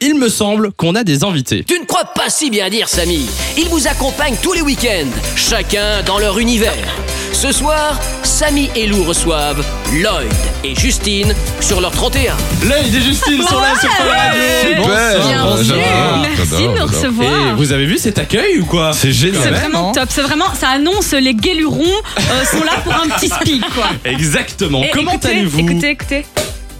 il me semble qu'on a des invités. Tu ne crois pas si bien dire, Samy. Ils vous accompagnent tous les week-ends, chacun dans leur univers. Ce soir, Samy et Lou reçoivent Lloyd et Justine sur leur 31. Lloyd et Justine sont là sur Fun Radio. Bonsoir. Bien Bonsoir. sûr. j'adore, Merci j'adore, de nous j'adore. Et recevoir. vous avez vu cet accueil ou quoi C'est génial. C'est vraiment top, c'est vraiment, ça annonce les guélurons euh, sont là pour un petit speak quoi. Exactement. Et Comment écoutez, allez-vous Écoutez, écoutez.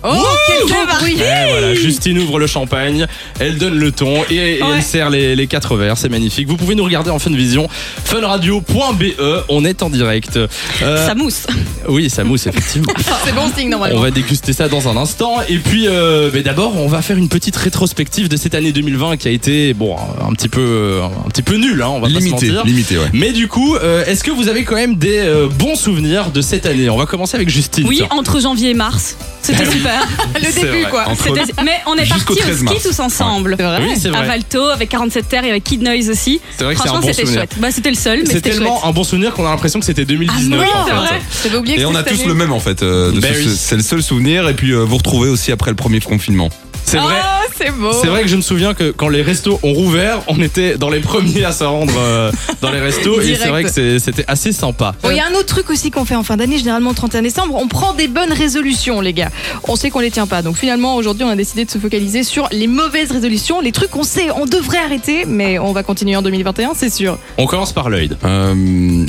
Oh, quel beau bruit Eh, voilà, Justine ouvre le champagne, elle donne le ton et, et Ouais. elle sert les, les quatre verres, c'est magnifique. Vous pouvez nous regarder en funvision, funradio.be, E. on est en direct. Euh, Ça mousse. oui, ça mousse effectivement. C'est bon signe On va déguster ça dans un instant. Et puis, euh, mais d'abord, on va faire une petite rétrospective de cette année 2020 qui a été, bon, un petit peu, un petit peu nulle, hein, on va pas se Limité, mentir. limité, ouais. Mais du coup, euh, est-ce que vous avez quand même des euh, bons souvenirs de cette année On va commencer avec Justine. Oui, tiens. entre janvier et mars. Bah C'était super. Le C'est début, vrai. quoi. Entre- C'était- Mais on est Jusqu'au partis au 13 ski mars. tous ensemble. Oui, c'est À vrai. Valto, avec 47 Terre et avec Kid Noise aussi. C'est vrai que c'est un Franchement, bon c'était souvenir. chouette. Bah, c'était le seul, mais C'est c'était chouette. tellement un bon souvenir qu'on a l'impression que c'était 2019. Ah, en c'est fait. vrai. J'avais oublié que Et on a c'était tous cette le année. même en fait. euh, de Ben ce- oui. C'est le seul souvenir. Et puis euh, vous retrouvez aussi après le premier confinement. C'est vrai. Oh, c'est beau. C'est vrai que je me souviens que quand les restos ont rouvert, on était dans les premiers à se rendre euh, dans les restos et Direct. c'est vrai que c'est- c'était assez sympa. Bon, Il y a un autre truc aussi qu'on fait en fin d'année, généralement le 31 décembre, on prend des bonnes résolutions, les gars. On sait qu'on les tient pas. Donc finalement, aujourd'hui, on a décidé de se focaliser sur les mauvaises résolutions, les trucs qu'on sait, on devrait arrêter, mais on va continuer en 2021, c'est sûr. On commence par Lloyd. Euh,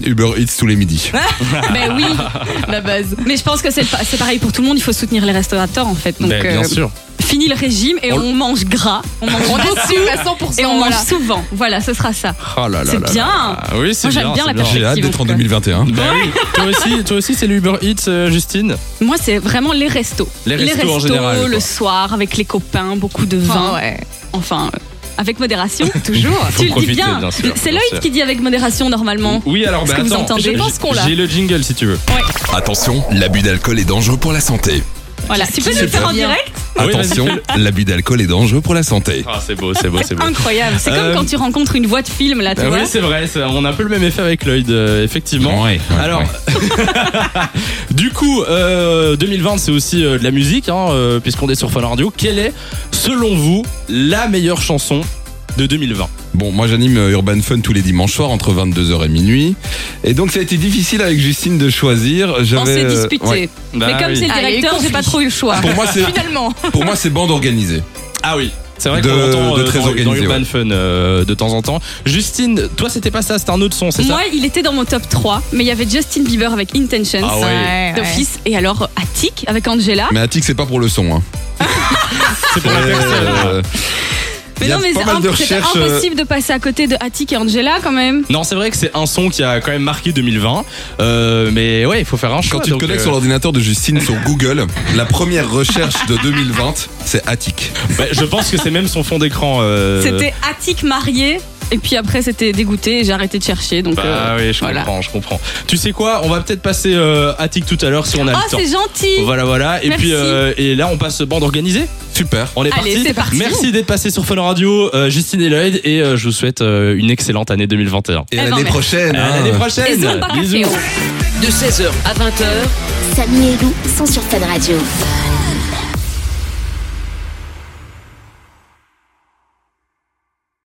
Uber Eats tous les midis. Ben oui. La base. Mais je pense que c'est c'est pareil pour tout le monde. Il faut soutenir les restaurateurs en fait. Donc, Ben, bien euh, sûr. fini le régime et On- on, mange gras. On mange On beaucoup est sûr à 100%. et on voilà. mange souvent. Voilà, ce sera ça. Oh là là C'est là bien. là. Ah Oui, c'est Moi, j'aime bien c'est la perspective. J'ai hâte d'être en 2021. Bah oui. toi aussi, toi aussi c'est l'Uber Eats, euh, Justine. Moi, c'est vraiment les restos. Les restos en général, quoi. le soir avec les copains, beaucoup de vin. Enfin, Oh, ouais. Enfin, euh, avec modération. Toujours. Faut tu le dis profiter, bien. bien sûr, c'est bien Lloyd sûr. qui dit avec modération normalement. Oui, alors Est-ce bah, que vous attends, entendez j'ai- Je pense qu'on l'a. J'ai le jingle si tu veux. Attention, l'abus d'alcool est dangereux pour la santé. Voilà. Tu peux nous C'est le faire en bien. direct Ah oui, Attention, l'abus d'alcool est dangereux pour la santé. Ah, c'est beau, c'est beau, c'est beau. Incroyable. C'est Euh, comme quand tu rencontres une voix de film là, tu Ah vois. oui, c'est vrai, ça, on a un peu le même effet avec Lloyd, euh, effectivement. Ouais, ouais, Alors, ouais. du coup, euh, 2020, c'est aussi euh, de la musique, hein, euh, puisqu'on est sur Fun Radio. Quelle est, selon vous, la meilleure chanson de 2020 Bon, moi j'anime euh, Urban Fun tous les dimanches soirs entre 22h et minuit. Et donc ça a été difficile avec Justine de choisir. On J'avais, s'est euh, disputé. ouais. Bah Mais comme oui. c'est le Allez, directeur, j'ai confie. pas trop eu le choix. Pour moi c'est Finalement. pour moi c'est bande organisée. Ah oui, c'est vrai De- qu'on l'entend de euh, très dans, dans organisé, Urban ouais. Fun euh, de temps en temps. Justine, toi, c'était pas ça, c'était un autre son, c'est ça Moi, il était dans mon top 3, mais il y avait Justin Bieber avec Intentions. Ah ouais. Ouais, ouais. D'office et alors Attic avec Angela. Mais Attic c'est pas pour le son. Hein. C'est pour la personne. Euh, Mais il y a non, mais pas c'est mal de imp- c'était recherches, euh, impossible de passer à côté de Attic et Angela quand même. Non, c'est vrai que c'est un son qui a quand même marqué 2020. Euh, mais ouais, il faut faire un choix. Quand tu te donc, connectes euh, sur l'ordinateur de Justine sur Google, la première recherche de 2020, c'est Attic. bah, je pense que c'est même son fond d'écran. euh, C'était Attic marié et puis après c'était dégoûté et j'ai arrêté de chercher donc. Bah euh, oui, je voilà. comprends, je comprends. Tu sais quoi On va peut-être passer euh, à Tic tout à l'heure si on a Oh, le temps. c'est gentil. Voilà, voilà. Et Merci. puis euh, et là, on passe bande organisée. Super. On est Allez, parti. c'est parti. Merci d'être passé sur Fun Radio, euh, Justine et Lloyd, et euh, je vous souhaite euh, une excellente année 2021. Et Eh à ben, l'année merci. prochaine. À hein. l'année Et prochaine. zone bac à Bisous. féro. De 16h à 20h, Samy et Lou sont sur Fun Radio.